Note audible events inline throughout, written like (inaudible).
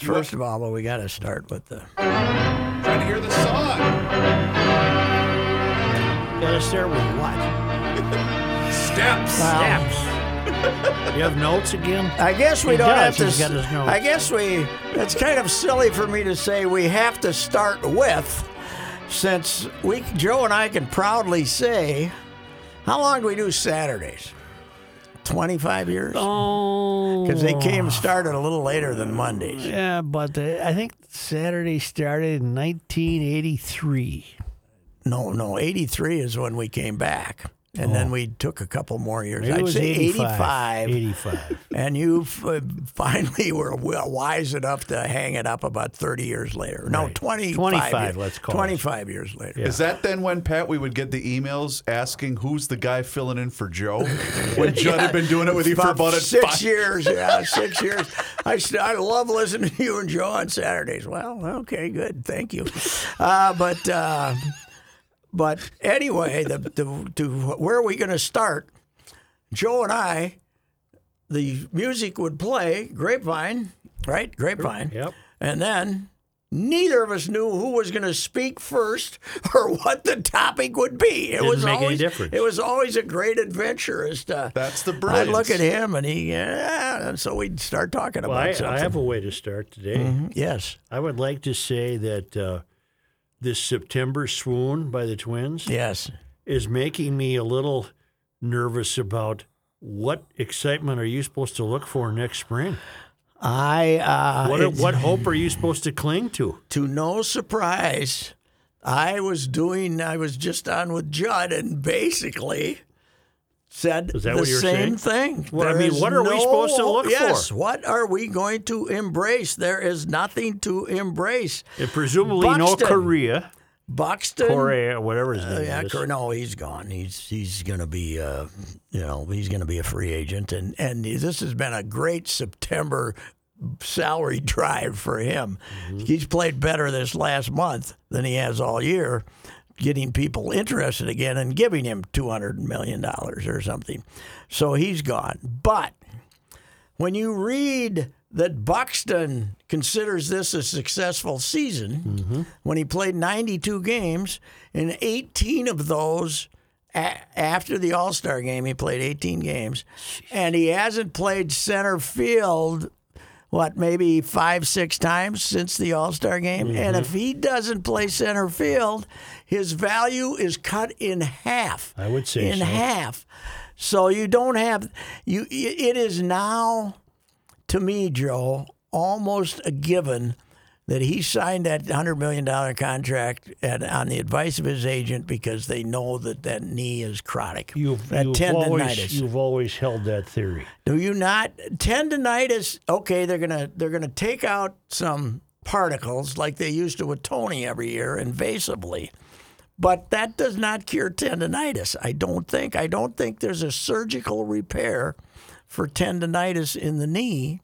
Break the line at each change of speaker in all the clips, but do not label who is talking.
First of all, well, we got to start with the.
Trying to hear the song.
Got to start with what?
Steps.
Steps.
You have notes again?
I guess we
He
don't have
does.
to.
He's got his
s-
notes.
I guess we. It's kind of silly for me to say we have to start with, since we Joe and I can proudly say, how long do we do Saturdays? Twenty-five years.
Oh.
Because they came started a little later than Mondays.
Yeah, but uh, I think Saturday started in 1983.
No, no, 83 is when we came back. And then we took a couple more years.
Maybe Oh. it
I'd
was
say
85.
85.
85.
And you f- finally were wi- wise enough to hang it up about 30 years later. No, 25.
25,
years-
let's call it.
25 years later.
Is that then when Pat we would get the emails asking who's the guy filling in
(laughs)
for Joe? When Judd had been doing it with you for about a
six
five-
years.
(laughs)
Yeah, six years. I, st- I love listening to you and Joe on Saturdays. Well, okay, good. Thank you. Uh, but uh, but anyway, the, the, to where are we going to start? Joe and I, the music would play Grapevine, right? Grapevine.
Yep.
And then neither of us knew who was going to speak first (laughs) or what the topic would be. It
Didn't
was
make any
always
difference.
it was always a great uh, adventure as to
That's the
I'd look
brilliance.
at him and he yeah, and so we'd start talking
Well,
about
I,
something. Mm-hmm.
I have a way to start today.
yes,
I would like to say that uh, this September swoon by the Twins
yes.
is making me a little nervous about what excitement are you supposed to look for next spring?
I uh,
What,
it's-
what hope are you supposed to cling to?
to no surprise, I was doing. I was just on with Judd and basically said
Is that
the
what you were
same
saying?
thing.
Well, I
There
mean,
is
what are we
no-
supposed to look
yes,
for?
What are we going to embrace? There is nothing to embrace.
And presumably
Buxton.
no Korea.
Buxton.
Korea, whatever his name
Uh, yeah,
is.
Cor- no, he's gone. He's he's going to be, uh, you know, he's going to be a free agent, and and this has been a great September salary (laughs) drive for him. He's played better this last month than he has all year, getting people interested again and giving him two hundred million dollars or something. So he's gone, but when you read that Buxton considers this a successful season when he played 92 games and 18 of those a- after the All-Star game he played 18 games and he hasn't played center field what maybe 5 6 times since the All-Star game and if he doesn't play center field his value is cut in half
I would say
in
so.
half so you don't have you it is now to me, Joe, almost a given that he signed that hundred million dollar contract at, on the advice of his agent because they know that that knee is chronic.
You've,
that
you've,
tendonitis.
always, you've always held that theory.
Do you not tendonitis? Okay, they're gonna they're gonna take out some particles like they used to with Tony every year invasively, but that does not cure tendonitis. I don't think. I don't think there's a surgical repair for tendonitis in the knee.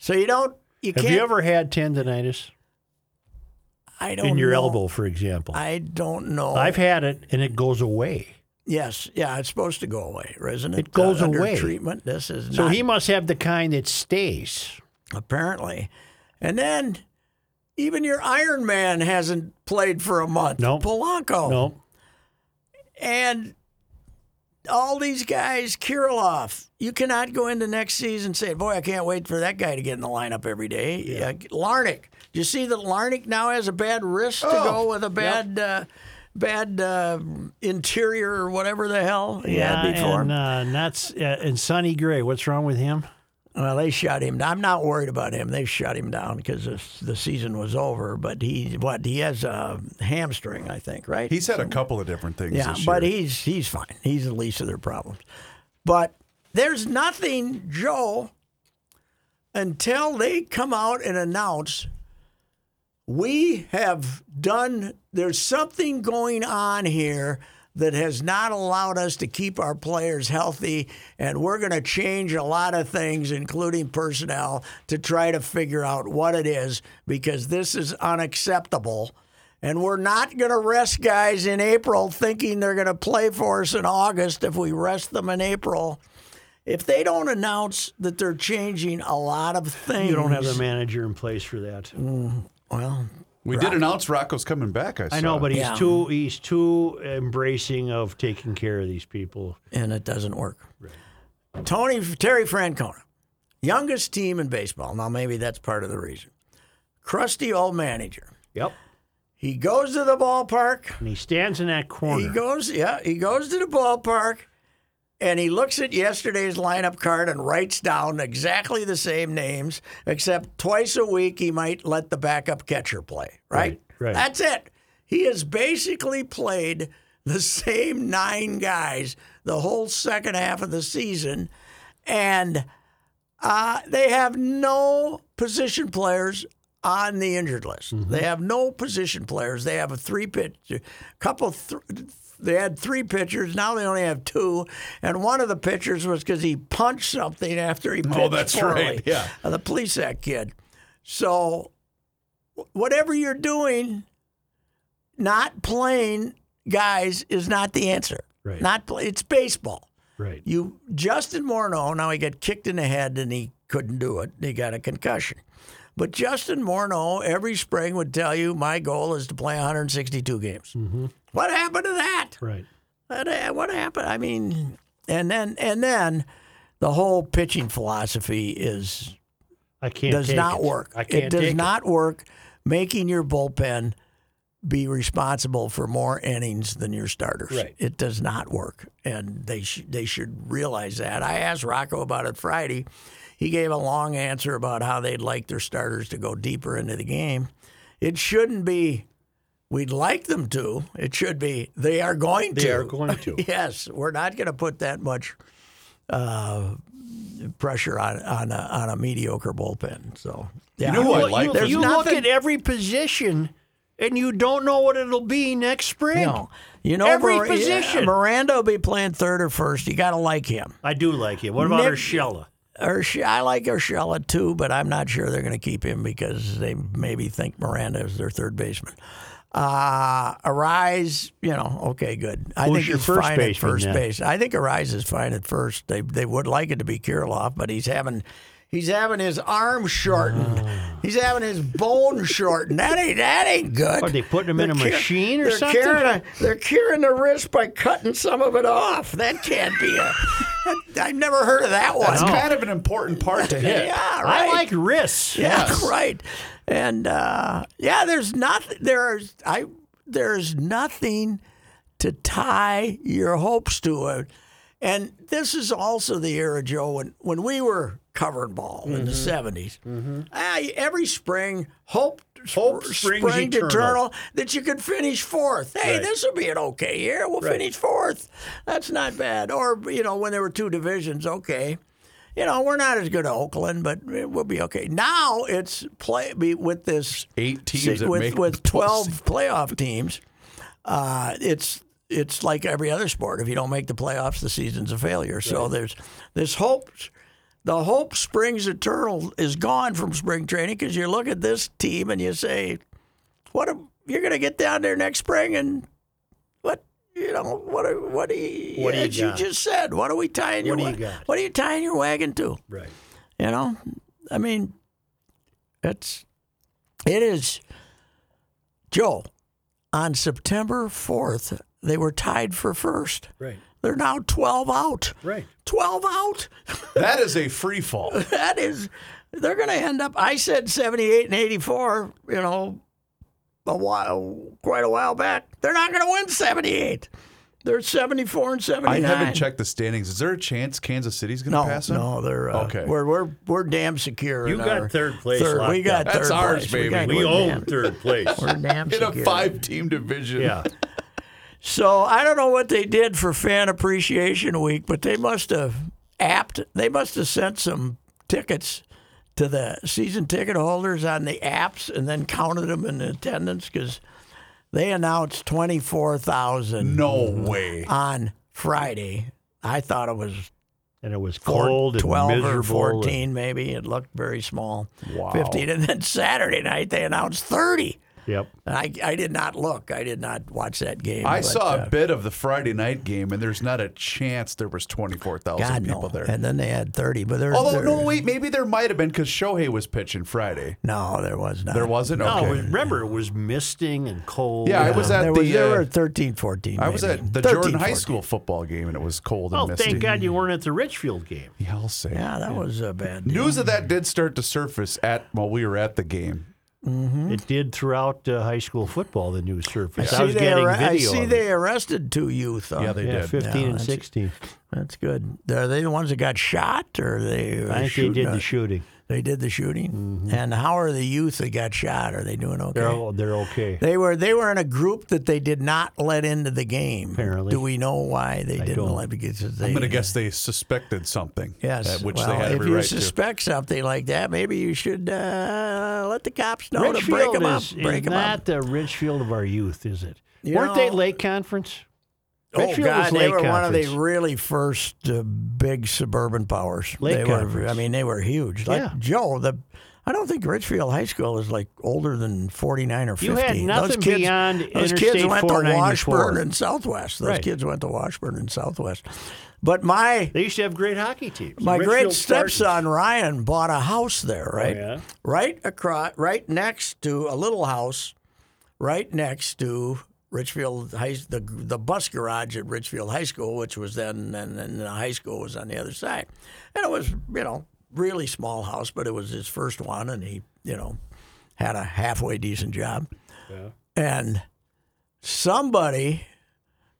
So you don't. You
Have
can't.
you ever had tendonitis
I don't
in your
know.
elbow, for example?
Oh, I don't know.
I've had it, and it goes away.
yes, yeah, it's supposed to go away, isn't it?
It goes
Uh, under
away.
Treatment. This is
So
not
he must have the kind that stays.
apparently. And then even your Iron Man hasn't played for a month.
Nope.
Polanco.
No,
And all these guys, Kirilov, you cannot go into next season saying, boy, I can't wait for that guy to get in the lineup every day. Uh, Larnick. Do you see that Larnick now has a bad wrist to
Oh,
go with a bad. Uh, Bad uh, interior or whatever the hell he had before.
and uh, not S- uh, and Sonny Gray. What's wrong with him?
Well, they shut him. down. I'm not worried about him. They shut him down because the season was over. But he, what he has a hamstring, I think, right?
He's had a couple of different things.
yeah,
this
but
year.
he's he's fine. He's the least of their problems. But there's nothing, Joe, until they come out and announce we have done there's something going on here that has not allowed us to keep our players healthy and we're going to change a lot of things including personnel to try to figure out what it is because this is unacceptable and we're not going to rest guys in April thinking they're going to play for us in August if we rest them in April if they don't announce that they're changing a lot of things Mm,
You don't have the manager in place for that.
well
We did announce Rocco's coming back. I,
I know,
saw.
but he's
Yeah.
too he's too embracing of taking care of these people.
and it doesn't work. Tony Terry Francona, youngest team in baseball. Now maybe that's part of the reason. Crusty old manager.
Yep.
He goes to the ballpark.
And he stands in that
He
corner.
goes, yeah, he goes to the ballpark, and he looks at yesterday's lineup card and writes down exactly the same names, except twice a week he might let the backup catcher play. Right.
Right, right.
That's it. He has basically played the same nine guys the whole second half of the season, and uh, they have no position players on the injured list.
Mm-hmm.
They have no position players. They have a three pitch, couple. Th- they had three pitchers. Now they only have two, and one of the pitchers was because he punched something after he. Pitched
Oh, that's
poorly.
right, yeah.
Uh, the police act kid. So, wh- whatever you're doing, not playing guys is not the answer.
Right.
Not play, it's baseball.
Right.
You Justin Morneau, now he got kicked in the head and he couldn't do it. He got a concussion. But Justin Morneau every spring would tell you, my goal is to play 162 games. What happened to that?
Right.
What, ha- what happened? I mean, and then and then the whole pitching philosophy is
I can't.
does
take
not
it.
work.
I can't.
it does
take
not work making your bullpen be responsible for more innings than your starters.
Right.
It does not work, and they sh- they should realize that. I asked Rocco about it Friday. He gave a long answer about how they'd like their starters to go deeper into the game. It shouldn't be we'd like them to. It should be they are going
They
to.
are going to.
(laughs) yes, we're not going to put that much uh, pressure on on a, on a mediocre bullpen. So yeah,
know who I
Well,
like
you,
for-
you
There's
look
nothing-
at every position, and you don't know what it'll be next spring.
You know, you know
Every
Mira-
position.
Miranda will be playing third or first. You got to like him.
I do like him. What about
Nick-
Urshela?
Ursh- I like Urshela too, but I'm not sure they're going to keep him because they maybe think Miranda is their third baseman. Uh, Arise, you know, okay, good. I
Who's
think
your
he's
first
fine at
baseman
first
then?
base. I think Arise is fine at first. They they would like it to be Kirilov, but he's having he's having his arm shortened.
Ah.
He's having his bone shortened. That ain't that ain't good.
Are they putting him in a
They're car-
machine or
they're
something?
Carrying a, they're curing the wrist by cutting some of it off. That can't be a. (laughs) that- I've never heard of that one.
That's kind of an important part
(laughs)
to hit.
Yeah,
I
right.
like
(laughs)
wrists.
yeah,
yes.
right. And uh, yeah, there's nothing. There's I. There's nothing to tie your hopes to it. And this is also the era, Joe, when, when we were covering ball in
Mm-hmm.
the 70s. I, every spring, hope,
Hope
spring
springs
to
eternal.
eternal that you could finish fourth. Hey,
Right.
this will be an okay year. We'll finish fourth. That's not bad. Or, you know, when there were two divisions, okay. You know, we're not as good as Oakland, but we'll be okay. Now it's play be- with this
Eight teams
See,
that
with
make
(laughs)
with
the
twelve playoff teams. Uh, it's it's like every other sport. If you don't make the playoffs, the season's a failure. So there's this hope. The hope springs eternal is gone from spring training because you look at this team and you say, "What a, you're going to get down there next spring and what you know what are, what do you,
What do you
as you
got?
just said? What are we tying your
What do you
wa-
got?
what are you tying your wagon to?
Right.
You know, I mean, it's it is. Joe, on September fourth, they were tied for first.
Right.
They're now twelve out.
Right.
Twelve out.
(laughs)
(laughs)
That is a free fall.
That is, they're going to end up. I said seventy-eight and eighty-four. You know, a while, quite a while back. They're not going to win seventy-eight. They're seventy-four and
I
seventy-nine.
haven't checked the standings. Is there a chance Kansas City's going to
No,
pass them?
no, they're uh,
Okay.
We're we're we're damn secure.
You
in
got
our
third place
Third, we
locked
got
up.
third
That's ours,
place.
baby.
We, got,
We
we're
own
damn-
third place.
We're (laughs) damn
In a
secure.
five-team division.
yeah.
So I don't know what they did for Fan Appreciation Week, but they must have apt. They must have sent some tickets to the season ticket holders on the apps and then counted them in attendance because they announced 24,000
No way.
on Friday. I thought it was
(laughs) And it was
four-
cold and
12
miserable.
or
and-
14, maybe. It looked very small. Wow. 15. And then Saturday night, they announced 30.
Yep.
And I, I did not look. I did not watch that game.
I
but,
saw
uh,
a bit of the Friday night game, and there's not a chance there was 24,000
God,
people
no.
there.
And then they had 30. But there's
Although, no, wait, maybe there might have been because Shohei was pitching Friday.
No, there was not.
There wasn't?
No,
Okay.
remember, it was misting and cold.
Yeah, I
and-
was at
there,
the.
was, there
uh,
were 13, 14.
I was
maybe.
at the
13,
Jordan High
14.
School football game, and it was cold and
Oh,
misty.
thank God you weren't at the Richfield game.
Yeah, I'll say.
Yeah, that was a bad deal.
News of that did start to surface at while we were at the game.
It did throughout uh, high school football, the news surface. Hmm? I,
See,
was
they
getting
arre-
video.
I see
of it.
they arrested two youth. on-
Yeah, they
yeah,
did.
15
Yeah,
and
that's-
16.
That's good. Are they the ones that got shot, or they?
I think they
shooting
did
a-
the shooting.
they did the shooting.
Mm-hmm.
And how are the youth that got shot? Are they doing okay?
They're, all, Oh, they're okay.
They were they were in a group that they did not let into the game.
Apparently.
do we know why they didn't
don't.
let? Because they,
I'm going to guess they suspected something.
Yes,
uh, which
well,
they had
if
every
you
right to.
suspect something like that, maybe you should uh, let the cops know to break
Richfield
them up.
is, is
break them
not
up.
the Richfield of our youth, is it?
You
Weren't they
know-
late conference?
Oh
Richfield was
God, they
late
were one of the
conference.
really first uh, big suburban powers.
Late
they were,
conference.
I mean, they were huge. Like
Yeah.
Joe, the I don't think Richfield High School is like older than forty nine or fifty.
You had
those
nothing
kids,
beyond
those kids
Interstate
went to
494.
Washburn and Southwest. Those
Right.
kids went to Washburn and Southwest. But my
They used to have great hockey teams.
my great
Richfield Oh,
stepson Ryan bought a house there, right?
yeah?
Right across, right next to a little house, right next to Richfield High, the the bus garage at Richfield High School, which was then, and then the high school was on the other side, and it was you know really small house, but it was his first one, and he you know had a halfway decent job, and somebody,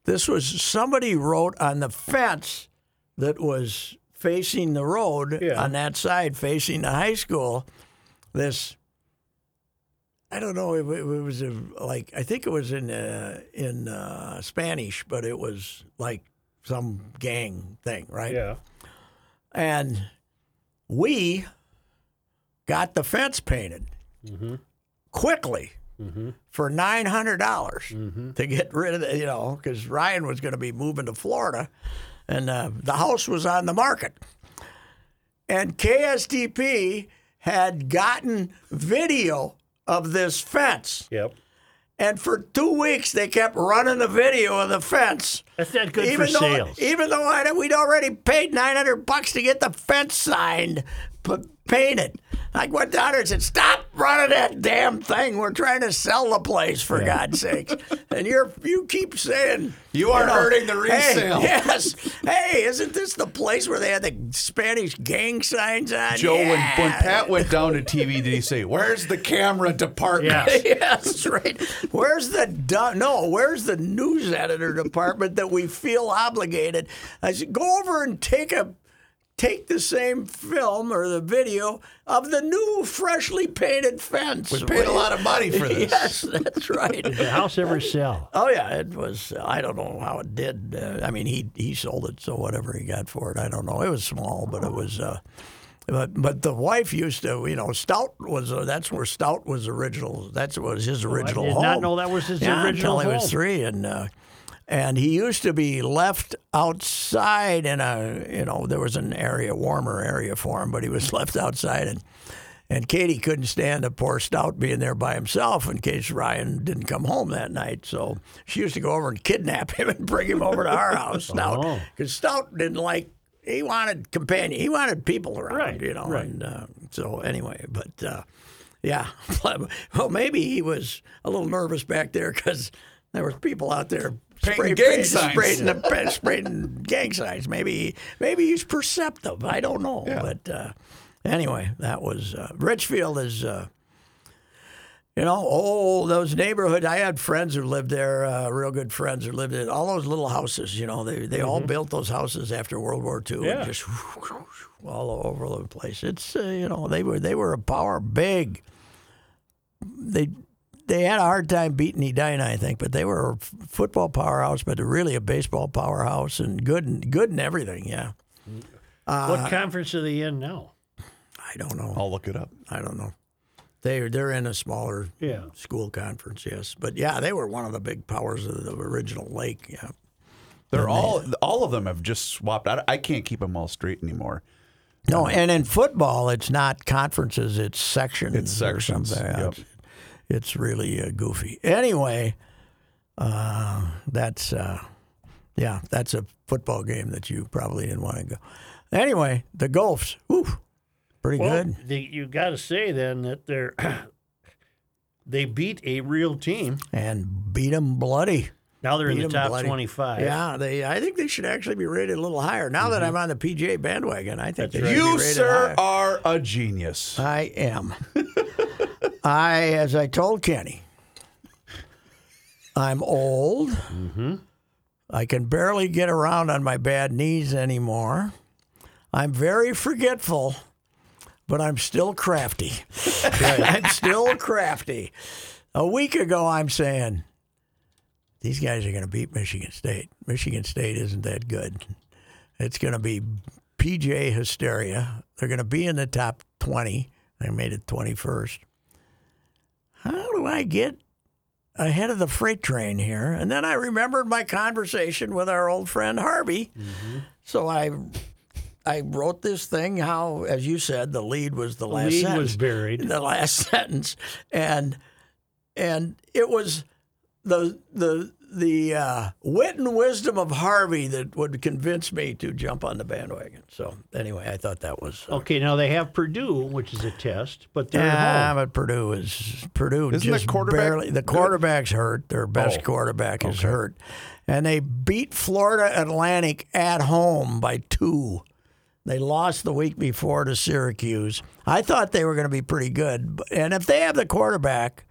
this was somebody wrote on the fence that was facing the road
Yeah.
on that side, facing the high school. This, I don't know. It, wa- it was a, like I think it was in uh, in uh, Spanish, but it was like some gang thing, right?
Yeah.
And we got the fence painted quickly for nine hundred dollars to get rid of the, you know, because Ryan was going to be moving to Florida, and uh, the house was on the market, and KSTP had gotten video of this fence,
Yep.
and for two weeks they kept running the video of the fence.
That's not good for
though,
sales.
Even though I, we'd already paid 900 bucks to get the fence signed, p- painted. I went down there and said, stop running that damn thing. We're trying to sell the place, for God's
(laughs)
sakes. And you're, you keep saying...
You are hurting the
"Hey,
resale."
yes. Hey, isn't this the place where they had the Spanish gang signs on?
Joe,
yeah.
when, when Pat went down to TV, did he say, "Where's the camera department"?
Yeah.
(laughs) yes, right. Where's the du- no? Where's the news editor department that we feel obligated? I said, go over and take a take the same film or the video of the new freshly painted fence.
We paid a lot of money for
(laughs)
this.
Yes, that's
(laughs)
The
right.
house ever sell?
Oh yeah, it was. I don't know how it did. Uh, I mean, he he sold it, so whatever he got for it, I don't know. It was small, but it was. Uh, but but the wife used to, you know, Stout was uh, that's where Stout was original. That's was his original
did
home.
not know that was his
yeah, until
original
he
home.
was three, and uh, and he used to be left outside in a, you know, there was an area warmer area for him, but he was (laughs) left outside and. And Katie couldn't stand a poor stout being there by himself in case Ryan didn't come home that night. So she used to go over and kidnap (laughs) him and bring him over to our house, Stout.
Oh.
Because Stout didn't like, he wanted companion, he wanted people around,
Right,
you know.
right.
And uh, so anyway, but uh, yeah. (laughs) well, maybe he was a little nervous back there because there was people out there.
Painting
spray-
gang
paint-
signs.
spraying the (laughs) spraying gang signs. Maybe maybe he's perceptive. I don't know. But uh, anyway, that was uh, Richfield is uh, you know oh those neighborhoods. I had friends who lived there, uh, real good friends who lived in all those little houses. You know they they all
Mm-hmm.
built those houses after World War II and
Yeah.
just (laughs) all over the place. It's uh, you know they were they were a power big. They they had a hard time beating Edina, I think, but they were a f- football powerhouse, but really a baseball powerhouse and good and good in everything. Yeah,
what conference are they in now?
I don't know.
I'll look it up.
I don't know. They they're in a smaller
Yeah.
school conference, yes. But yeah, they were one of the big powers of the original lake. Yeah.
They're all all of them have just swapped out. I can't keep them all straight anymore.
No, and in football, it's not conferences; it's sections.
It's sections,
Or something.
yep.
It's, it's really uh, goofy. Anyway, uh, that's uh, yeah, that's a football game that you probably didn't want to go. Anyway, the Gulfs, whew, pretty
Well,
good.
The, you got to say then that they're (clears throat) they beat a real team.
and beat them bloody.
Now they're
Beat
in
'em
the top
bloody.
25.
Yeah, they. I think they should actually be rated a little higher. Now
Mm-hmm.
that I'm on the PGA bandwagon, I think they
right.
should be
You,
rated
sir,
higher.
are a genius.
I am. I, as I told Kenny, I'm old. I can barely get around on my bad knees anymore. I'm very forgetful, but I'm still crafty. (laughs) I'm still crafty. A week ago, I'm saying, these guys are going to beat Michigan State. Michigan State isn't that good. It's going to be PJ hysteria. They're going to be in the top 20. They made it 21st. How do I get ahead of the freight train here? And then I remembered my conversation with our old friend Harvey.
Mm-hmm.
So I I wrote this thing how as you said the lead was the last
Lead
sentence
was buried.
the last (laughs) sentence, and and it was the the the uh, wit and wisdom of Harvey that would convince me to jump on the bandwagon. So anyway, I thought that was. Uh,
Okay, now they have Purdue, which is a test, but they're
Ah,
at home.
but Purdue is Purdue
Isn't the
just
quarterback
barely. The
good?
quarterback's hurt. Their best
Oh,
quarterback is hurt, and they beat Florida Atlantic at home by two. They lost the week before to Syracuse. I thought they were going to be pretty good, b- and if they have the quarterback,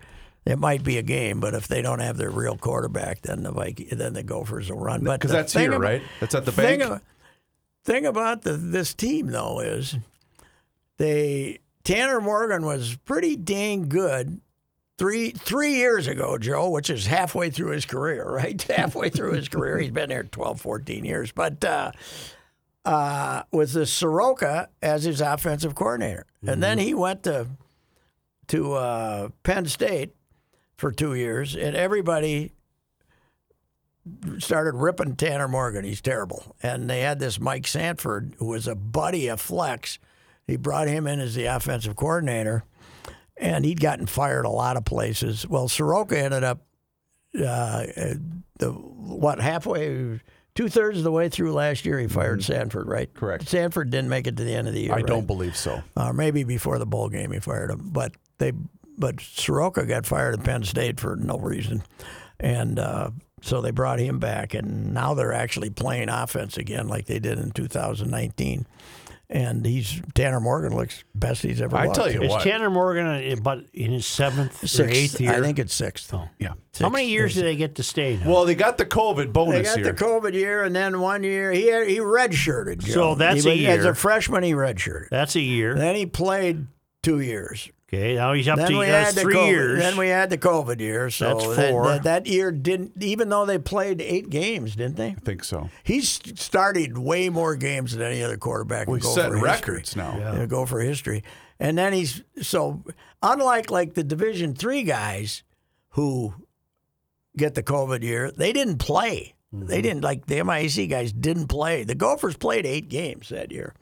it might be a game. But if they don't have their real quarterback, then the Viking, then the Gophers will run. But
Because
the
that's
thing
here,
ab-
right? That's at the
thing
bank.
ab- thing about the, this team though is they Tanner Morgan was pretty dang good three three years ago, Joe, which is halfway through his career, (laughs) right? halfway through his career. He's been there 12, 14 years. But uh, uh, was the Soroka as his offensive coordinator. And then
Mm-hmm.
he went to to uh, Penn State for two years, and everybody started ripping Tanner Morgan. He's terrible. And they had this Mike Sanford, who was a buddy of Flex. He brought him in as the offensive coordinator, and he'd gotten fired a lot of places. Well, Soroka ended up uh, the what halfway, two thirds of the way through last year, he fired Sanford, right?
Mm-hmm. Correct.
Sanford didn't make it to the end of the year.
I
right?
don't believe so.
or Uh, maybe before the bowl game he fired him. But they, but Soroka got fired at Penn State for no reason, and uh, so they brought him back, and now they're actually playing offense again like they did in 2019. And he's Tanner Morgan looks best he's ever.
I
looked.
tell you
Is
what.
Tanner Morgan in- but in his seventh or
sixth,
eighth year?
I think it's sixth.
yeah.
How many years do they get to stay now?
Well, they got the COVID
They
bonus
got
here.
the COVID year, and then one year he he redshirted. Joe.
So that's
He
a
was- as
year.
a freshman. He redshirted.
That's a year.
Then he played two years.
Okay, now he's up
Then
to
we
that's
had the
three
COVID,
years.
Then we had the COVID year. So
That's
that-
four.
That, that year didn't, even though they played eight games, didn't they?
I think so.
He's started way more games than any other quarterback. in
We
Gopher
set
history.
records now.
Yeah, Go for history, and then he's so unlike like the Division three guys who get the COVID year, they didn't play.
Mm-hmm.
They didn't like the MIAC guys didn't play. The Gophers played eight games that year,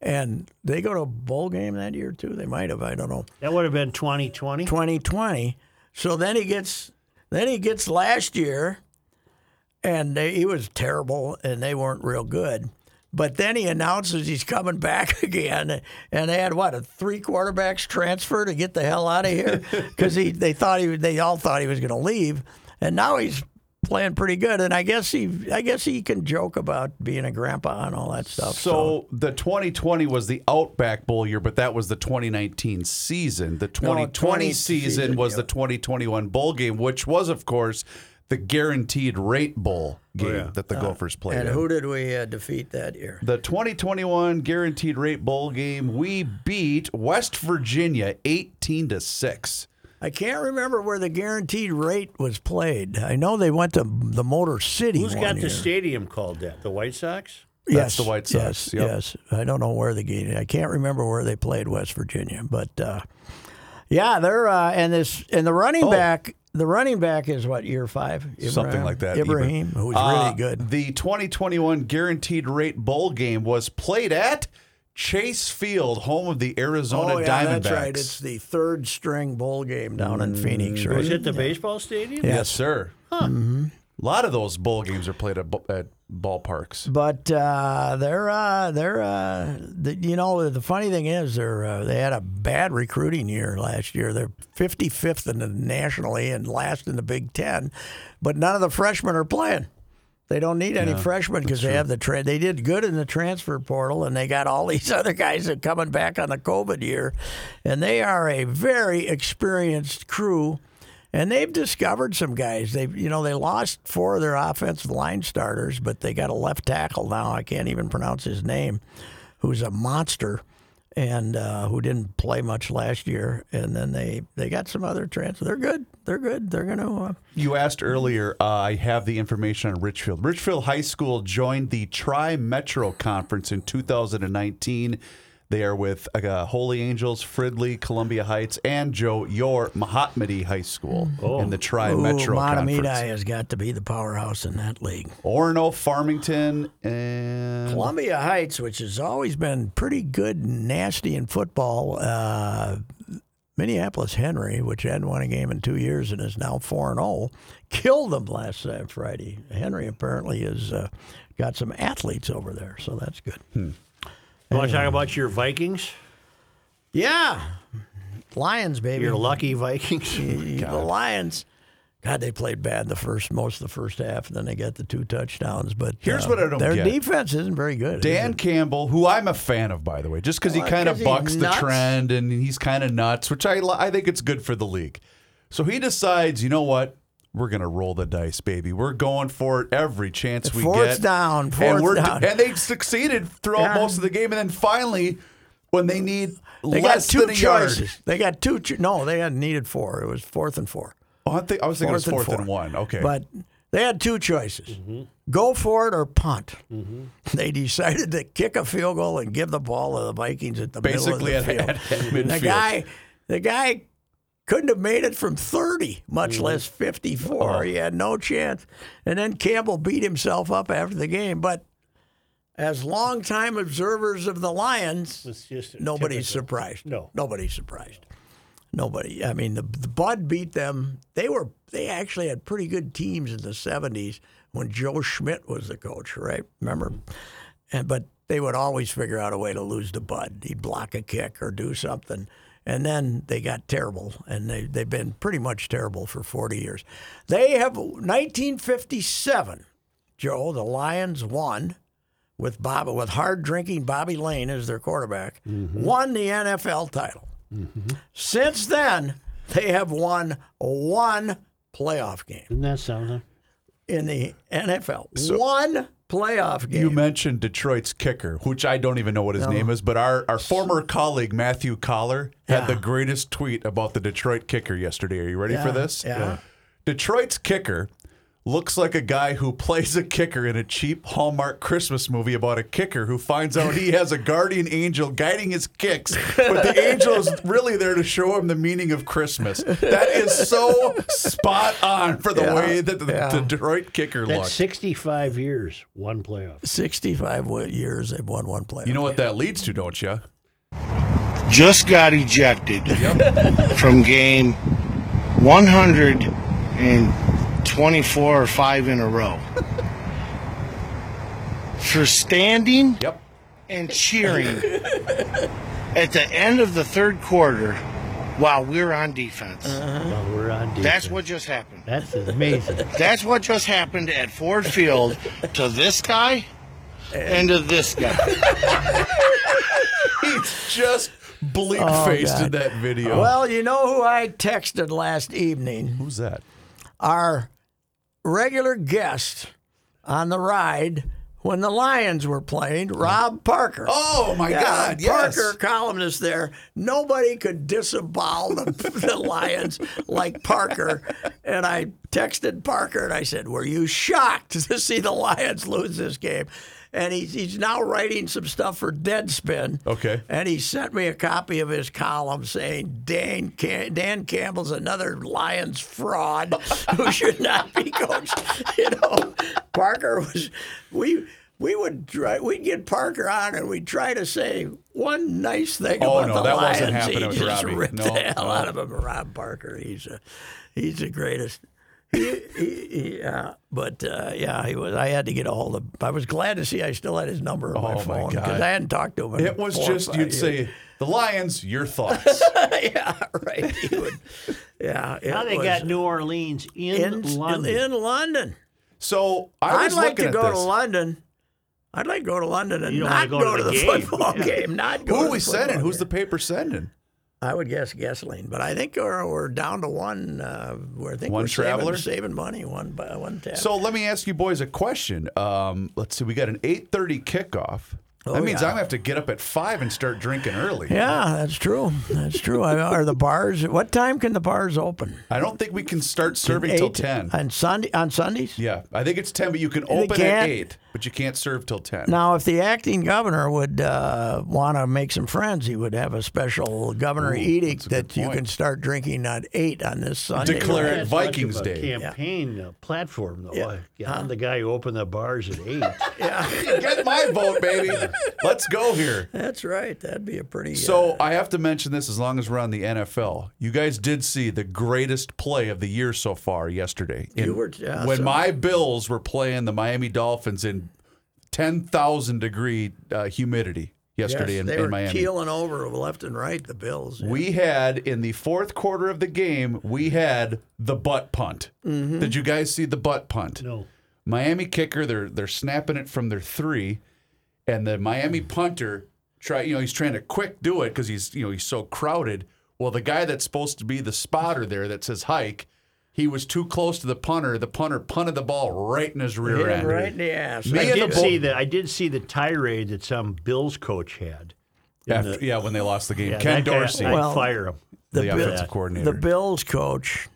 and they go to a bowl game that year too. They might have, I don't know.
that would have been 2020.
2020. So then he gets then he gets last year, and they, he was terrible, and they weren't real good. But then he announces he's coming back (laughs) again, and they had what a three quarterbacks transfer to get the hell out of
(laughs)
here because he they thought he they all thought he was going to leave, and now he's playing pretty good. And I guess he I guess he can joke about being a grandpa and all that stuff.
So the 2020 was the Outback Bowl year, but that was the 2019 season. The 2020
20
season,
season,
was
yeah.
the 2021 bowl game, which was, of course, the guaranteed rate bowl game that the Gophers played.
Oh, Uh, and
in.
who did we uh, defeat that year?
the 2021 guaranteed rate bowl game, we beat West Virginia 18 to six.
I can't remember where the guaranteed rate was played. I know they went to the Motor City.
Who's
one
got
year.
the stadium called that? The White Sox?
That's the White
Yes,
Sox. Yep.
yes. I don't know where the game. I can't remember where they played West Virginia, but uh, yeah, they're uh, and this and the running back. The running back is what year five,
Oh. Something
Ibrahim?
like that.
Ibrahim,
Ibra-
who's
Uh,
really good.
The 2021 Guaranteed Rate Bowl game was played at Chase Field, home of the Arizona
oh yeah,
Diamondbacks. Mm,
that's right. It's the third string bowl game down in Phoenix, right?
Was it the baseball stadium?
yes, sir. A lot of those bowl games are played at, bu- at ballparks.
But uh, they're uh, they're uh, the, you know the funny thing is they're uh, they had a bad recruiting year last year. They're 55th in the nationally and last in the Big Ten, but none of the freshmen are playing. They don't need any freshmen because they have the tra- they did good in the transfer portal and they got all (laughs) these other guys that are coming back on the COVID year, and they are a very experienced crew. And they've discovered some guys. They've you know they lost four of their offensive line starters, but they got a left tackle now. I can't even pronounce his name, who's a monster, and uh, who didn't play much last year. And then they they got some other transfer. They're good. They're good. They're gonna. Uh,
You asked earlier, uh, I have the information on Richfield. Richfield High School joined the Tri Metro Conference in 2019. They are with uh, Holy Angels, Fridley, Columbia Heights, and Joe, your Mahatmadi High School in the Tri Metro
Matamidi
Conference.
has got to be the powerhouse in that league.
Orono, Farmington, and
Columbia Heights, which has always been pretty good, and nasty in football. Uh, Minneapolis Henry, which hadn't won a game in two years and is now four and zero, killed them last uh, Friday. Henry apparently has uh, got some athletes over there, so that's good.
You want to talk about your Vikings?
Yeah, Lions, baby.
Your lucky
Oh
Vikings?
the Lions. God, they played bad the first most of the first half, and then they got the two touchdowns. But uh,
Here's what I don't
their
get.
defense isn't very good. is
Dan Campbell, who I'm a fan of, by the way, just because he
Well,
kind
Uh, 'cause
of
he's
bucks the
nuts.
trend and he's kind of nuts, which I li- I think it's good for the league. So he decides, you know what? We're gonna roll the dice, baby. We're going for it every chance we
Fourth
get.
down, fourth
and we're
down.
and they succeeded
Yeah.
throughout most of the game, and then finally, when they need
They
less
got two
than a
choices.
yard,
They got two. Cho- no, they had needed four. It was fourth and four.
oh, I, think, I was thinking
Fourth
it was fourth
and
and,
four.
one. Okay, Mm-hmm.
But they had two choices: go for it or punt. They decided to kick a field goal and give the ball to the Vikings at the
basically
middle
at,
of the field.
at, at midfield.
the guy, the guy, couldn't have made it from thirty, much
Mm-hmm.
less fifty-four.
Uh-huh.
He had no chance. And then Campbell beat himself up after the game. But as longtime observers of the Lions,
(laughs) It's just
Nobody's
typical.
surprised.
No.
nobody's surprised. Nobody. I mean, the, the Bud beat them. They were they actually had pretty good teams in the '70s when Joe Schmidt was the coach, right? Remember? And but they would always figure out a way to lose to Bud. He'd block a kick or do something. And then they got terrible, and they, they've been pretty much terrible for 40 years. They have 1957, Joe, the Lions won with Bob with hard drinking Bobby Lane as their quarterback,
Mm-hmm.
won the NFL title. Since then, they have won one playoff game
Isn't that something?
in the NFL. one playoff game.
You mentioned Detroit's kicker, which I don't even know what his name is, but our, our former colleague Matthew Collar had the greatest tweet about the Detroit kicker yesterday. Are you ready for this?
yeah. Yeah.
Detroit's kicker looks like a guy who plays a kicker in a cheap Hallmark Christmas movie about a kicker who finds out he has a guardian angel guiding his kicks, but the angel is really there to show him the meaning of Christmas. That is so spot on for the way that the, the Detroit kicker
That's
looks.
65 years, one
(laughs)
playoff.
65 wa- years they've won one playoff.
You know what that leads to, don't you?
just got ejected from game 124 or 5 in a row for standing
Yep.
and cheering at the end of the third quarter while we're on defense.
Well, we're on defense.
That's what just happened.
(laughs)
That's amazing.
That's what just happened at Ford Field to this guy and to this guy.
He's (laughs) just bleak faced in that video.
Oh, well, you know who I texted last evening?
Who's that?
our regular guest on the ride when the Lions were playing, Rob Parker.
Oh my God! Yes.
Parker, columnist there. (laughs) Nobody could disembowel the, the Lions like Parker. And I texted Parker and I said, Were you shocked to see the Lions lose this game? And he's, he's now writing some stuff for Deadspin.
Okay.
And he sent me a copy of his column saying Dan, Cam- Dan Campbell's another Lions fraud (laughs) who should not be coached. You know, Parker was we we would try we'd get Parker on and we'd try to say one nice thing
Oh,
about
no,
the
that
Lions.
wasn't happening
he
with
just
Robbie.
ripped
No,
the hell
no.
out of him. Rob Parker, he's a, he's the greatest. he, he, he, uh, but uh, yeah, he was. I had to get a hold of. I was glad to see I still had his number on
Oh,
my
my
phone
God.
because I hadn't talked to him. in
It was
four or
just
five
you'd
years.
(laughs) say the Lions, your thoughts.
(laughs) yeah, right. He would. Yeah, it
Now they
was
got New Orleans in,
in
London.
In London.
so I
I'd
was
like
looking
to
at
go
this.
to London. I'd like to go to London and
You don't wanna
not
go
go,
to
to
the
the,
game.
football
(laughs) Yeah.
game. Not go
Who
to
are we
the football
sending? Who's the
game.
paper sending?
I would guess gasoline, but I think we're, we're down to one. Uh, we're I think
One
we're saving-
traveler?
saving, money. One by one tab.
So let me ask you boys a question. Um, let's see, we got an 8:30 kickoff. that
Oh, yeah.
means I'm gonna have to get up at five and start drinking early.
yeah, that's true. That's true. I- Are the bars? What time can the bars open?
I don't think we can start serving till
Eight?
ten.
on Sunday on Sundays.
yeah, I think it's ten, but you can open at
can't-
eight, but you can't serve till ten.
Now, if the acting governor would uh, want to make some friends, he would have a special governor edict that you can start drinking at eight on this Sunday.
Declare it.
That's
Vikings
much of a
Day.
campaign uh, platform though.
Yeah.
I- I'm the guy who opened the bars at eight.
Get my vote, baby. Let's go here.
(laughs) That's right. That'd be a pretty. uh,
So I have to mention this as long as we're on the NFL. You guys did see the greatest play of the year so far yesterday.
You
In-
were- yeah,
when
so-
my Bills were playing the Miami Dolphins in 10,000 degree uh, humidity yesterday
yes,
in,
they
in
were
Miami.
keeling over left and right. The Bills. yeah.
We had in the fourth quarter of the game, we had the butt punt.
Mm-hmm.
Did you guys see the butt punt?
No.
Miami kicker, they're they're snapping it from their three, and the Miami punter try you know he's trying to quick do it because he's you know he's so crowded. Well, the guy that's supposed to be the spotter there that says hike, he was too close to the punter. The punter punted the ball right in his rear
Hit 'em
end.
right in the ass.
Me
I
and the
did
Bull-
see that. I did see the tirade that some Bills coach had.
After, yeah, when they lost the game,
Yeah,
Ken
that guy-
Dorsey,
I'd
Well-
fire him.
the,
Bill-
offensive coordinator.
the Bills coach.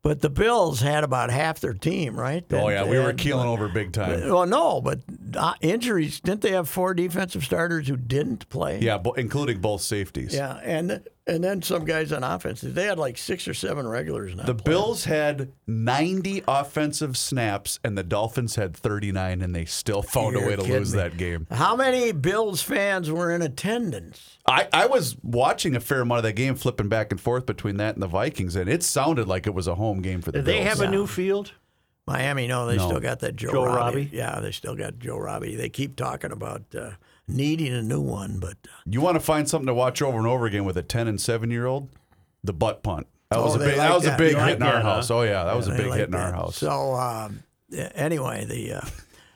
But the Bills had about half their team, right?
oh
That-
yeah, we were
that-
keeling over big time.
Well, no, but uh, injuries. Didn't they have four defensive starters who didn't play?
Yeah, bo- including both safeties.
Yeah, and and then some guys on offense. They had like six or seven regulars now.
The Bills had 90 offensive snaps, and the Dolphins had 39, and they still found a
You're
way to
kidding
lose
me.
that game.
How many Bills fans were in attendance?
I, I was watching a fair amount of that game, flipping back and forth between that and the Vikings, and it sounded like it was a home game for the
Did they
Bills.
have a new field?
Miami, no, they still got that Joe,
Joe
Robbie.
Robbie?
Yeah, they still got Joe Robbie. They keep talking about uh, needing a new one, but uh,
you want to find something to watch over and over again with a 10 and 7 year old? The butt punt. That was
Oh,
a
they
big, that
like
was a
that.
big
They
hit
like
in our
that, huh?
house. Oh yeah, that was a
they
big
like
hit in our
that.
house.
So um, yeah, anyway, the uh,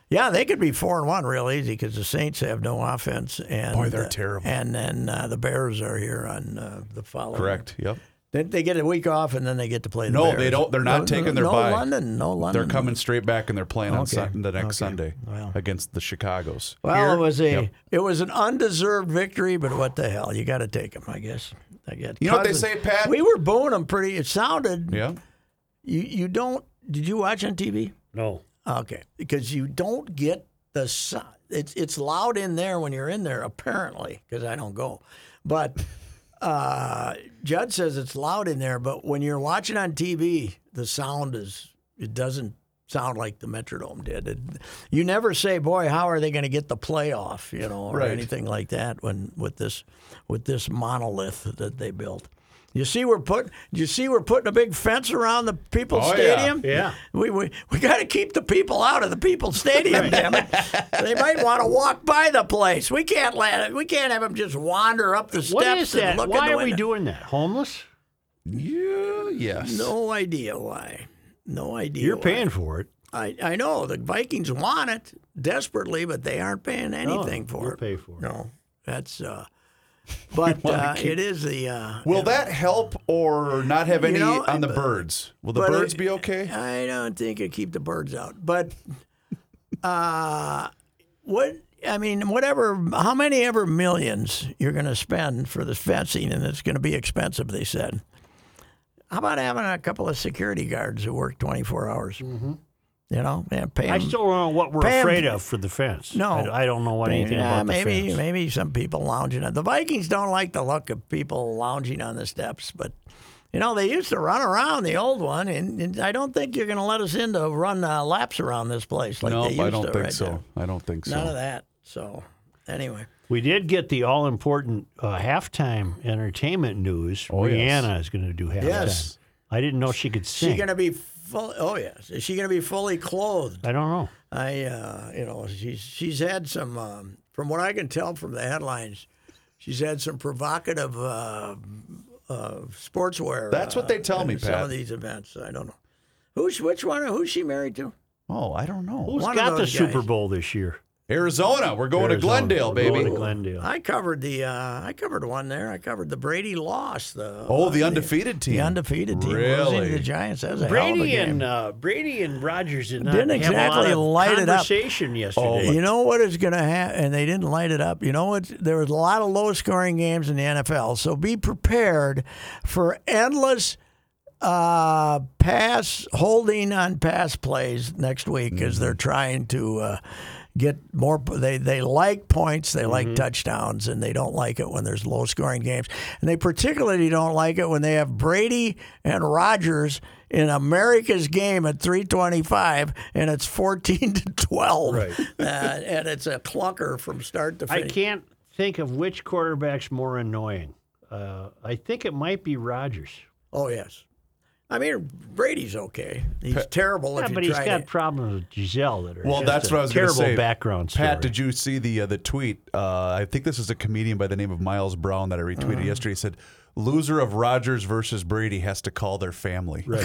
yeah, they could be four and one real easy because the Saints have no offense, and
Boy, they're
uh,
terrible.
And then uh, the Bears are here on uh, the following.
Correct. Yep.
They, they get a week off and then they get to play. The
No,
Bears.
they don't. They're not
No,
taking
no,
their
no
bye.
London, no London.
They're coming straight back and they're playing on
Mm. Okay.
Sun- the next
Okay.
Sunday
Well.
against the Chicago's.
Well, it was a
Yep.
it was an undeserved victory, but what the hell? You got to take them, I guess. I guess.
You know what they
Cousins-
say, Pat?
We were booing them pretty. It sounded
Yeah.
you you don't. Did you watch on TV?
No.
Okay, because you don't get the su- it's it's loud in there when you're in there apparently because I don't go, but (laughs) uh, Judd says it's loud in there, but when you're watching on TV, the sound is it doesn't sound like the Metrodome did. It, you never say, "Boy, how are they going to get the playoff?" You know, or
Right.
anything like that. When with this with this monolith that they built. You see, we're put. You see, we're putting a big fence around the People's
Oh, yeah.
Stadium.
Yeah.
We, we, we got to keep the people out of the people's stadium, damn it. They might want to walk by the place. We can't let it. We can't have them just wander up the steps
What is
and look
that?
in
Why
the
are we
window.
doing that? Homeless?
Yeah. Yes.
No idea why. No idea.
You're
why.
paying for it.
I, I know the Vikings want it desperately, but they aren't paying anything for
you'll
it.
pay Oh, for it.
No, that's.
(laughs)
Uh, but uh, it is the. Uh,
Will that help or not have
You
any
know,
on the
but-
birds? Will the
but
birds
I-
be okay?
I don't think it keep the birds out, but (laughs) uh, what I mean, whatever, how many ever millions you're going to spend for this fencing, and it's going to be expensive. They said. How about having a couple of security guards who work 24 hours? Mm-hmm. You know, and pay
I
'em-
still don't know what we're
Pam-
afraid of for the fence.
No.
I, I don't know anything
Yeah,
about
maybe
the fence.
maybe some people lounging. on- The Vikings don't like the look of people lounging on the steps, but you know they used to run around the old one, and, and I don't think you're going to let us in to run uh, laps around this place like
no,
they used
I don't
to.
think
right
so.
there.
I don't think so.
None of that. So anyway,
We did get the all important uh, halftime entertainment news.
Oh, yes.
Rihanna is going to do halftime.
Yes.
I didn't know she could
she
sing.
going to be full. Oh yes, is she going to be fully clothed?
I don't know.
I, uh, you know, she's she's had some, um, from what I can tell from the headlines, she's had some provocative uh, uh, sportswear.
That's what
uh,
they tell me,
in Some
Pat.
of these events, I don't know. Who's which one? Who's she married to?
Oh, I don't know.
Who's
One of
got the
those
Super
guys.
Bowl this year?
Arizona. We're going to
Arizona.
Glendale,
We're
baby.
Going to Glendale.
I covered the, uh, I covered one there. I covered the Brady loss. The
Oh,
uh,
the undefeated team.
the undefeated team losing
Really?
to the Giants. That was a hell of a
Brady
game.
and uh, Brady and Rogers did not
Didn't
have a lot
exactly
of
light it up.
conversation yesterday.
Oh, You know what is going to happen, and they didn't light it up. You know what? There was a lot of low-scoring games in the NFL, so be prepared for endless uh, pass holding on pass plays next week as they're trying to uh, get more. They they like points, they like touchdowns, and they don't like it when there's low-scoring games, and they particularly don't like it when they have Brady and Rodgers. In America's game at 325, and it's 14 to 12
Right.
(laughs) uh, and it's a clunker from start to
I
finish.
can't think of which quarterback's more annoying. Uh, I think it might be Rogers.
Oh yes, I mean Brady's okay. He's terrible
Yeah,
if
but
you
he's
try
got
to.
problems with Giselle that are
Well,
just
that's
a
what I was gonna
terrible
say.
background story.
Pat, did you see the uh, the tweet? Uh, I think this is a comedian by the name of Miles Brown that I retweeted
Uh-huh.
yesterday. He said, "Loser of Rogers versus Brady has to call their family." (laughs)
Right.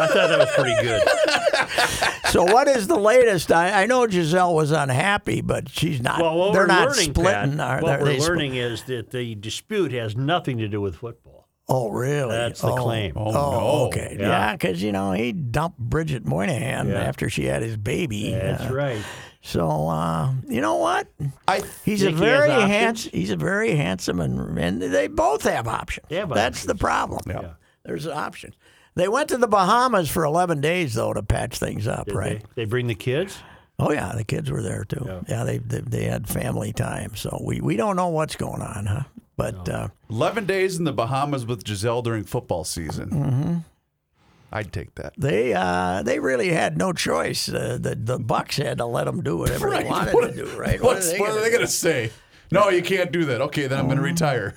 I thought that was pretty good.
so what is the latest? I, I know Giselle was unhappy, but she's not.
Well, what
they're
we're
not
learning,
splitting.
Pat,
are
what
they-
we're
they split-
learning is that the dispute has nothing to do with football.
Oh really?
That's the
Oh.
claim.
Oh,
no.
okay.
Yeah.
Yeah, because you know he dumped Bridget Moynihan
Yeah.
after she had his baby.
That's
Uh,
right.
So uh, you know what?
I
He's
Think
a
he has
very
options?
handsome. He's a very handsome, and and they both have options.
They have
That's the problem.
Yeah.
There's options. They went to the Bahamas for 11 days though to patch things up,
Did
right?
They, they bring the kids.
Oh yeah, the kids were there too. Yeah, they, they they had family time, so we we don't know what's going on, huh? But uh,
eleven days in the Bahamas with Giselle during football season.
Mm-hmm.
I'd take that.
they uh, they really had no choice. Uh, the the Bucks had to let them do whatever
(laughs) Right.
they wanted
What-
to do, right?
What's, what are they,
do? Oh.
going to say? No, you can't do that. Okay, then I'm going
(laughs)
to retire.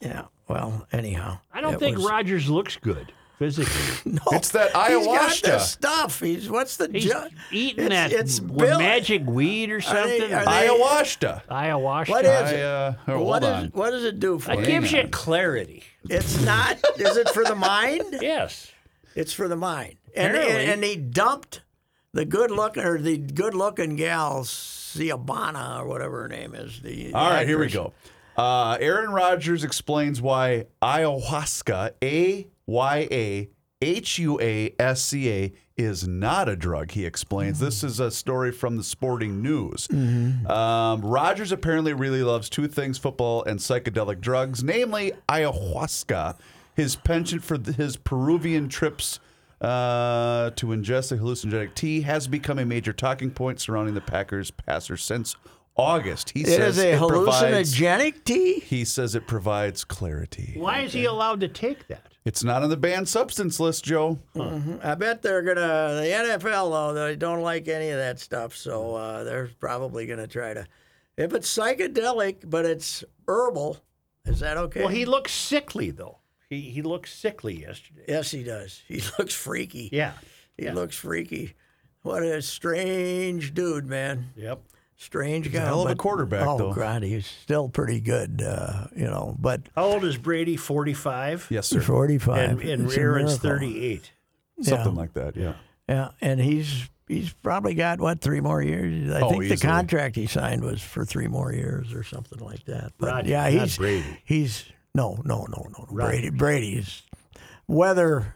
Yeah. Well, anyhow,
I don't
it
think
was-
Rogers looks good physically.
No,
It's that
He's got
ayahuasca.
this stuff. He's what's the
He's
ju-
eating
it's-
that
it's
w-
Bill-
magic weed or something.
are they-
Ayahuasca.
Ayahuasca.
What is-
I, uh, oh, hold
What
on.
is, what does it do for
It
you?
gives you clarity.
It's not. Is it for the
(laughs)
mind?
Yes.
It's for the mind. And,
Apparently.
and and he dumped the good looking or the good looking gal Ciabana or whatever her name is. The
All right, here we
actress.
go. Uh, Aaron Rodgers explains why ayahuasca, A Y A H U A S C A, is not a drug. He explains.
Hmm.
This is a story from the Sporting News.
Mm-hmm.
Um, Rodgers apparently really loves two things: football and psychedelic drugs, namely ayahuasca. His penchant for th- his Peruvian trips uh, to ingest the hallucinogenic tea has become a major talking point surrounding the Packers passer since August. He
It
says
is a
provides-
hallucinogenic tea.
he says it provides clarity.
Why is he allowed to take that?
It's not on the banned substance list, Joe.
I bet they're gonna the NFL though they don't like any of that stuff, so uh, they're probably gonna try to. If it's psychedelic but it's herbal, is that okay?
Well, he looks sickly though. He he looked sickly yesterday.
yes, he does. He (laughs) looks freaky.
Yeah.
He looks freaky. What a strange dude, man.
Yep.
strange guy.
hell of a
but-
quarterback,
oh,
though.
God, he's still pretty good, uh, you know. But
How old is Brady? Forty five.
Yes, sir.
forty-five,
And, and
it's a
Aaron's
miracle.
thirty eight.
Something like that. Yeah.
Yeah, and he's he's probably got what three more years. I
Oh,
think the
easily.
contract he signed was for three more years or something like that. But
Rodgers,
yeah,
not
he's
Brady.
he's no, no, no, no, no. Brady, Brady is whether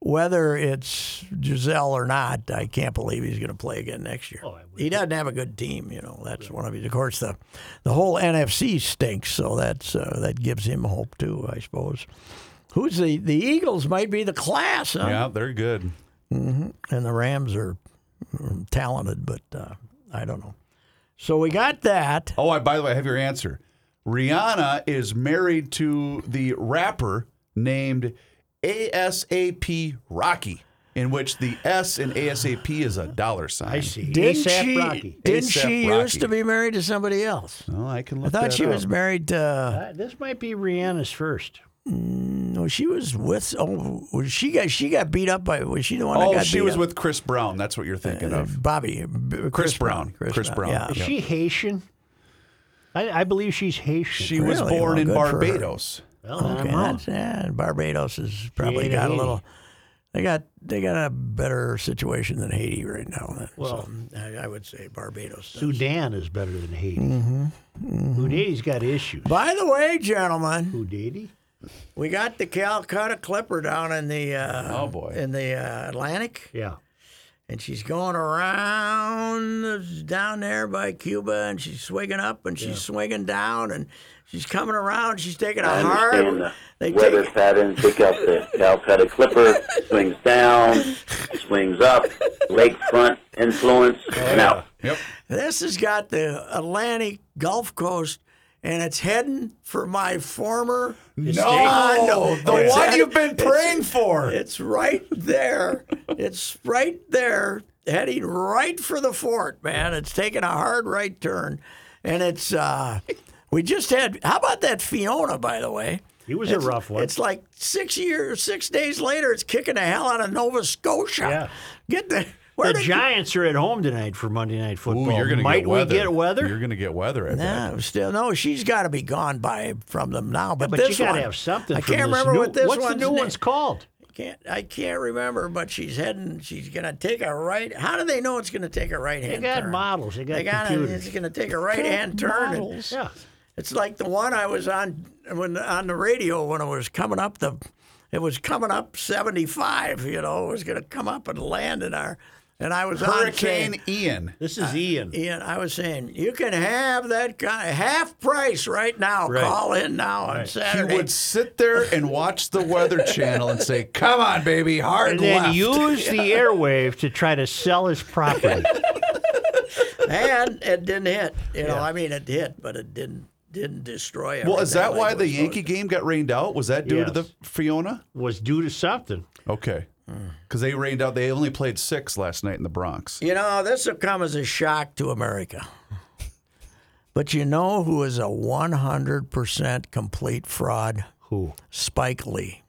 whether it's Giselle or not. I can't believe he's going to play again next year.
Oh, I would-
he doesn't have a good team, you know. That's one of his. Of course, the the whole NFC stinks, so that's uh, that gives him hope too, I suppose. Who's the the Eagles? Might be the class, huh?
Yeah, they're good.
and the Rams are mm, talented, but uh, I don't know. So we got that.
Oh, I, by the way, I have your answer. Rihanna is married to the rapper named ASAP Rocky, in which the S in ASAP is a dollar sign.
I see.
Didn't
ASAP
she?
Rocky.
Didn't
A$AP
she used
Rocky.
to be married to somebody else?
Well, I can
I
look
thought
that
she
up.
was married to.
Uh, this might be Rihanna's first.
No, she was with. Oh, was she got she got beat up by. Was she the one? that
Oh,
got
she
beat
was
up?
with Chris Brown. That's what you're thinking
Uh,
of.
Bobby. B- Chris,
Brown. Chris Brown.
Is
Yeah.
she Haitian? I, I believe she's Haitian.
She was
Really?
born
Well,
in
good for her.
Barbados.
well,
Yeah.
then
Okay,
I'm wrong.
that's, yeah, Barbados has probably
ain't
got a
Haiti.
little. They got they got a better situation than Haiti right now. Then.
Well-
so I, I would say Barbados. does.
Sudan is better than Haiti.
Mm-hmm.
Houdini's got issues.
By the way, gentlemen,
Houdini?
We got the Calcutta Clipper down in the uh,
Oh, boy.
in the uh, Atlantic,
Yeah.
and she's going around the- down there by Cuba, and she's swinging up and she's swinging down, and she's coming around. She's taking a
I understand
hard.
the
They
weather
take
patterns. Pick up the Calcutta Clipper, swings down, swings up, lakefront influence. Now,
Yep.
this has got the Atlantic Gulf Coast, and it's heading for my former. I know.
No, the
It's
one
at-
you've been
it's-
praying for.
It's right there. it's right there, heading right for the fort, man. It's taking a hard right turn, and it's. Uh, we just had. How about that Fiona? By the way,
He was
It's-
a rough one.
It's like six years, six days later. It's kicking the hell out of Nova Scotia.
Yeah.
Get the where
The
did
Giants are at home tonight for Monday Night Football.
Ooh, you're gonna
Might
get weather.
we get weather?
You're gonna get weather. I bet.
No, still no. She's got to be gone by from them now. But,
but
this
you got
one,
to have something.
I
from
can't
this
remember
new-
what this
What's
one's
the new
na-
one's called?
Can't I can't remember, but she's heading. She's gonna take a right. How do they know it's gonna take a right
They
hand?
got
turn?
models. They got
They got a,
computers.
it's gonna take a right hand turn. and
Yeah.
It's like the one I was on when on the radio when it was coming up the, it was coming up seventy five. You know, it was gonna come up and land in our, and I was on saying-
Hurricane Ian.
This is Ian.
Uh, Ian, I was saying you can have that guy half price right now.
Right.
Call in now on
He
Saturday.
would sit there and watch the Weather Channel and say, "Come on, baby, hard
and then
left."
use
(laughs)
the airwave to try to sell his property.
(laughs) and it didn't hit. You know, I mean, it hit, but it didn't didn't destroy.
well,
everything
is that
like
why
it
the
was
Yankee
supposed
game got rained out? Was that due to
Yes.
the Fiona?
was due to something.
Okay, because they rained out. They only played six last night in the Bronx.
to? You know, this will come as a shock to America. But you know who is a one hundred percent complete fraud?
Who?
Spike Lee.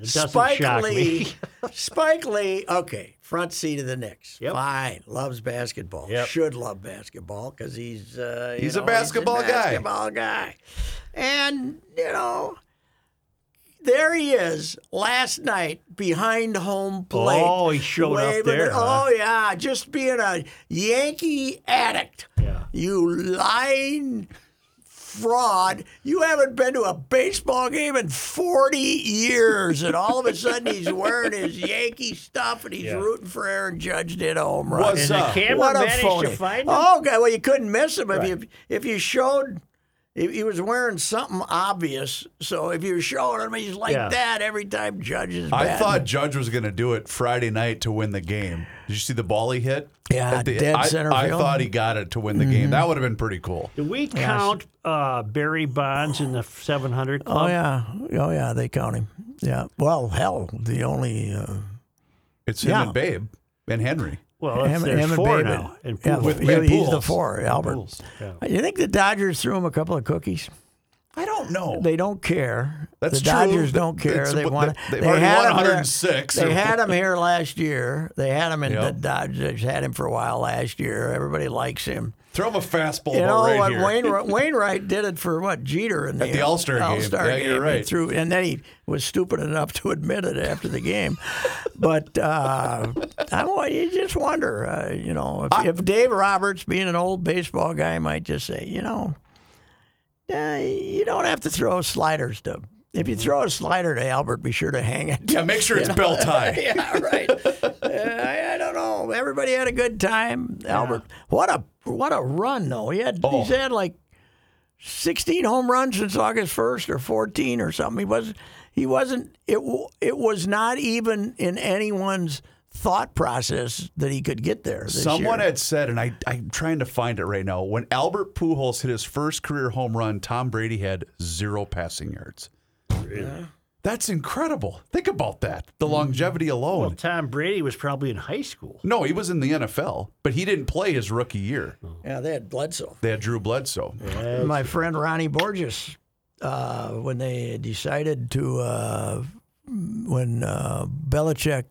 It doesn't
Spike
shock
Lee.
(laughs) me.
Spike Lee. Okay, front seat of the Knicks.
Yep.
Fine. Loves basketball.
Yep.
Should love basketball because he's uh, you
He's a
know,
basketball guy.
Basketball guy. And you know, there he is. Last night behind home plate.
Oh, he showed up
waving
there,
it-
huh?
Oh yeah, just being a Yankee addict.
Yeah.
You lying fraud. You haven't been to a baseball game in 40 years, and all of a sudden
(laughs)
he's wearing his Yankee stuff and he's
Yeah.
rooting for Aaron Judge to hit a home run.
Was
And the
uh,
camera
what a
managed
phony!
to find him.
Oh, God, well you couldn't miss him if you if you showed. If he was wearing something obvious, so if you were showing him, he's like
Yeah.
that every time Judge is
I
batting.
thought Judge was going to do it Friday night to win the game. Did you see the ball he hit?
Yeah,
At the-
dead
I,
center
I
field. Mm-hmm.
thought he got it to win the game. That would have been pretty cool.
Do we count uh, Barry Bonds in the 700
Oh
club?
yeah, oh yeah, they count him. Yeah. Well, hell, the only uh,
It's him
Yeah.
and Babe and Henry.
Well, it's,
Em-
there's
Em and
four
Babe
now.
and-
And
yeah,
Pujols.
With- and
he- he's the
Pujols.
four, Albert.
Yeah.
You think the Dodgers threw him a couple of cookies?
I don't know.
They don't care. the
That's true.
Dodgers don't
That's
care. they
what-
want.
they- they've already
had
won
him there-
106
They
or-
had him here last year. They had him in the
Yep.
Dodgers. Had him for a while last year. Everybody likes him.
Throw him a fastball
You know
right
what?
here. (laughs)
Wainwright, Wainwright did it for what Jeter in the, uh,
the All-Star game.
All-Star
Yeah, you're
game. He
right.
threw, and then he was stupid enough to admit it after the game. but uh, I wa- you just wonder, uh, you know, if, if Dave Roberts, being an old baseball guy, might just say, you know, uh, you don't have to throw sliders to. If you throw a slider to Albert, be sure to hang it
yeah, make sure it's belt high.
(laughs) yeah, right. Uh, I, I don't know. Everybody had a good time. Albert, what a what a run though. He had he's had like sixteen home runs since August first, or fourteen or something. He was He wasn't. It w- it was not even in anyone's thought process that he could get there. This
Someone
year.
had said, and I, I'm trying to find it right now. When Albert Pujols hit his first career home run, Tom Brady had zero passing yards. That's incredible. Think about that. The longevity alone.
Well, Tom Brady was probably in high school.
no, he was in the NFL, but he didn't play his rookie year.
yeah, they had Bledsoe.
They had Drew Bledsoe.
My friend Ronnie Borges, uh, when they decided to, uh, when uh, Belichick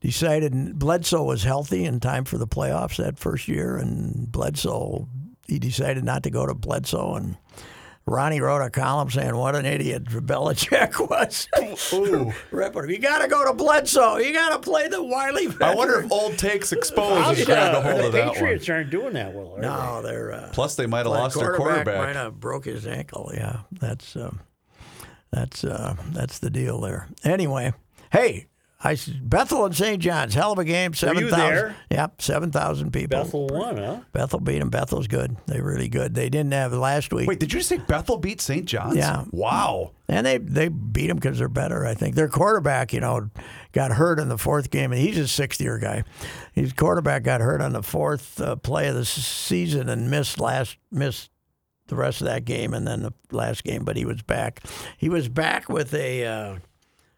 decided Bledsoe was healthy in time for the playoffs that first year, and Bledsoe, he decided not to go to Bledsoe, and Ronnie wrote a column saying what an idiot (laughs) Belichick was. (laughs)
Ooh.
Ripping him. You got to go to Bledsoe. You got to play the wily veteran.
I wonder if old takes exposed has
Yeah,
grabbed a hold
the
of that one.
Patriots aren't doing that well. Are they?
No, they're. Uh,
Plus, they might have
Well,
lost their quarterback.
Might have broke his ankle. Yeah, that's um, that's uh, that's the deal there. Anyway, hey, I s- Bethel and St. John's, hell of a game. Seven
you
thousand.
there?
Yep, seven thousand people.
Bethel won, huh?
Bethel beat them. Bethel's good. They're really good. They didn't have last week,
Wait, did you say Bethel beat St. John's?
Yeah.
Wow.
and they they beat them because they're better. I think their quarterback, you know, got hurt in the fourth game, and he's a sixth year guy. His quarterback got hurt on the fourth uh, play of the s- season and missed last missed the rest of that game and then the last game, but he was back. He was back with a uh,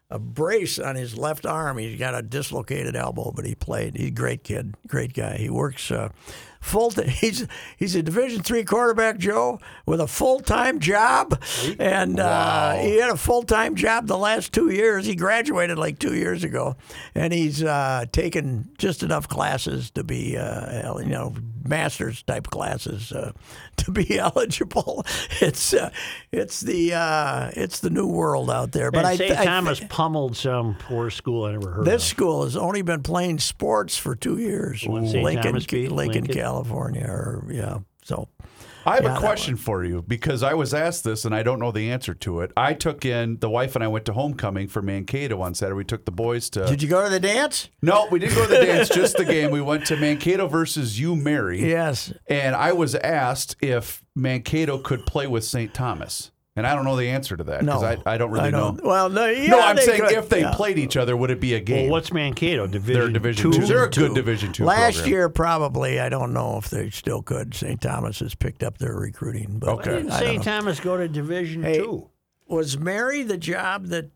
a brace on his left arm. He's got a dislocated elbow, but he played. He's a great kid, great guy. He works uh, full. (laughs) T- he's he's a Division three quarterback, Joe, with a full time job, and uh, he had a full time job the last two years. He graduated like two years ago, and he's uh, taken just enough classes to be uh, you know masters type classes uh, (laughs) to be eligible. It's uh, it's the uh, it's the new world out there. But
and
I,
St.
I
Thomas pummeled some poor school I never heard
this
of.
school has only been playing sports for two years.
When St.
Lincoln,
Thomas beat
Lincoln,
Lincoln.
California, or yeah. So
I have
Yeah,
a
that
question for you because I was asked this and I don't know the answer to it. I took in the wife and I went to homecoming for Mankato on Saturday. We took the boys to
did you go to the dance?
No, we didn't go to
(laughs)
the dance, just the game. We went to Mankato versus you Mary.
Yes.
And I was asked if Mankato could play with St. Thomas. And I don't know the answer to that
No,
because I, I don't really know.
Well, no. Yeah,
no, I'm
they
saying
could,
if they
yeah.
played each other, would it be a
Well,
game?
what's Mankato? Division
They're Division
two.
Two. They're a good Division Two.
Last
program.
year, probably. I don't know if they still could. St. Thomas has picked up their recruiting. But
Why didn't
I don't
St.
know.
Thomas go to Division
Hey,
Two?
was Mary the job that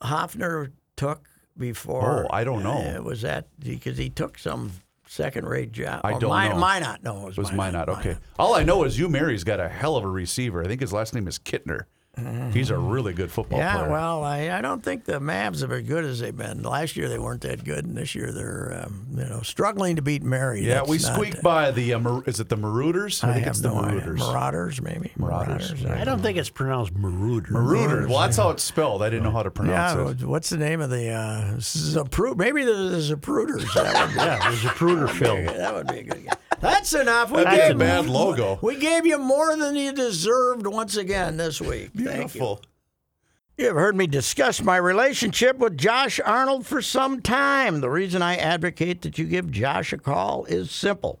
Hoffner took before?
Oh, I don't know.
Uh, was that because he took some second-rate job?
I
Or
don't
Mi-
know.
Minot, no, it was,
It was
Minot.
Minot. Okay. All I know is you Mary's got a hell of a receiver. I think his last name is Kittner. He's a really good football
Yeah,
player.
well, I, I don't think the Mavs are as good as they've been. Last year they weren't that good, and this year they're um, you know struggling to beat Mary.
yeah,
That's
we
not-
squeaked by the uh, Mar- is it the Marauders? I,
I,
think
have
it's the
no idea.
Marauders.
Marauders, maybe.
Marauders.
I don't think it's pronounced Marooter.
Marauders. Well, that's how it's spelled. I didn't know how to pronounce
Yeah,
it.
what's the name of the uh, Zapru- Maybe there's a Zapruders. That would be,
Yeah, it was a Pruder film.
that would be a good game. That's enough. We
That's a
gave,
bad logo.
we gave you more than you deserved once again this week. Thank you.
Beautiful.
You have heard me discuss my relationship with Josh Arnold for some time. The reason I advocate that you give Josh a call is simple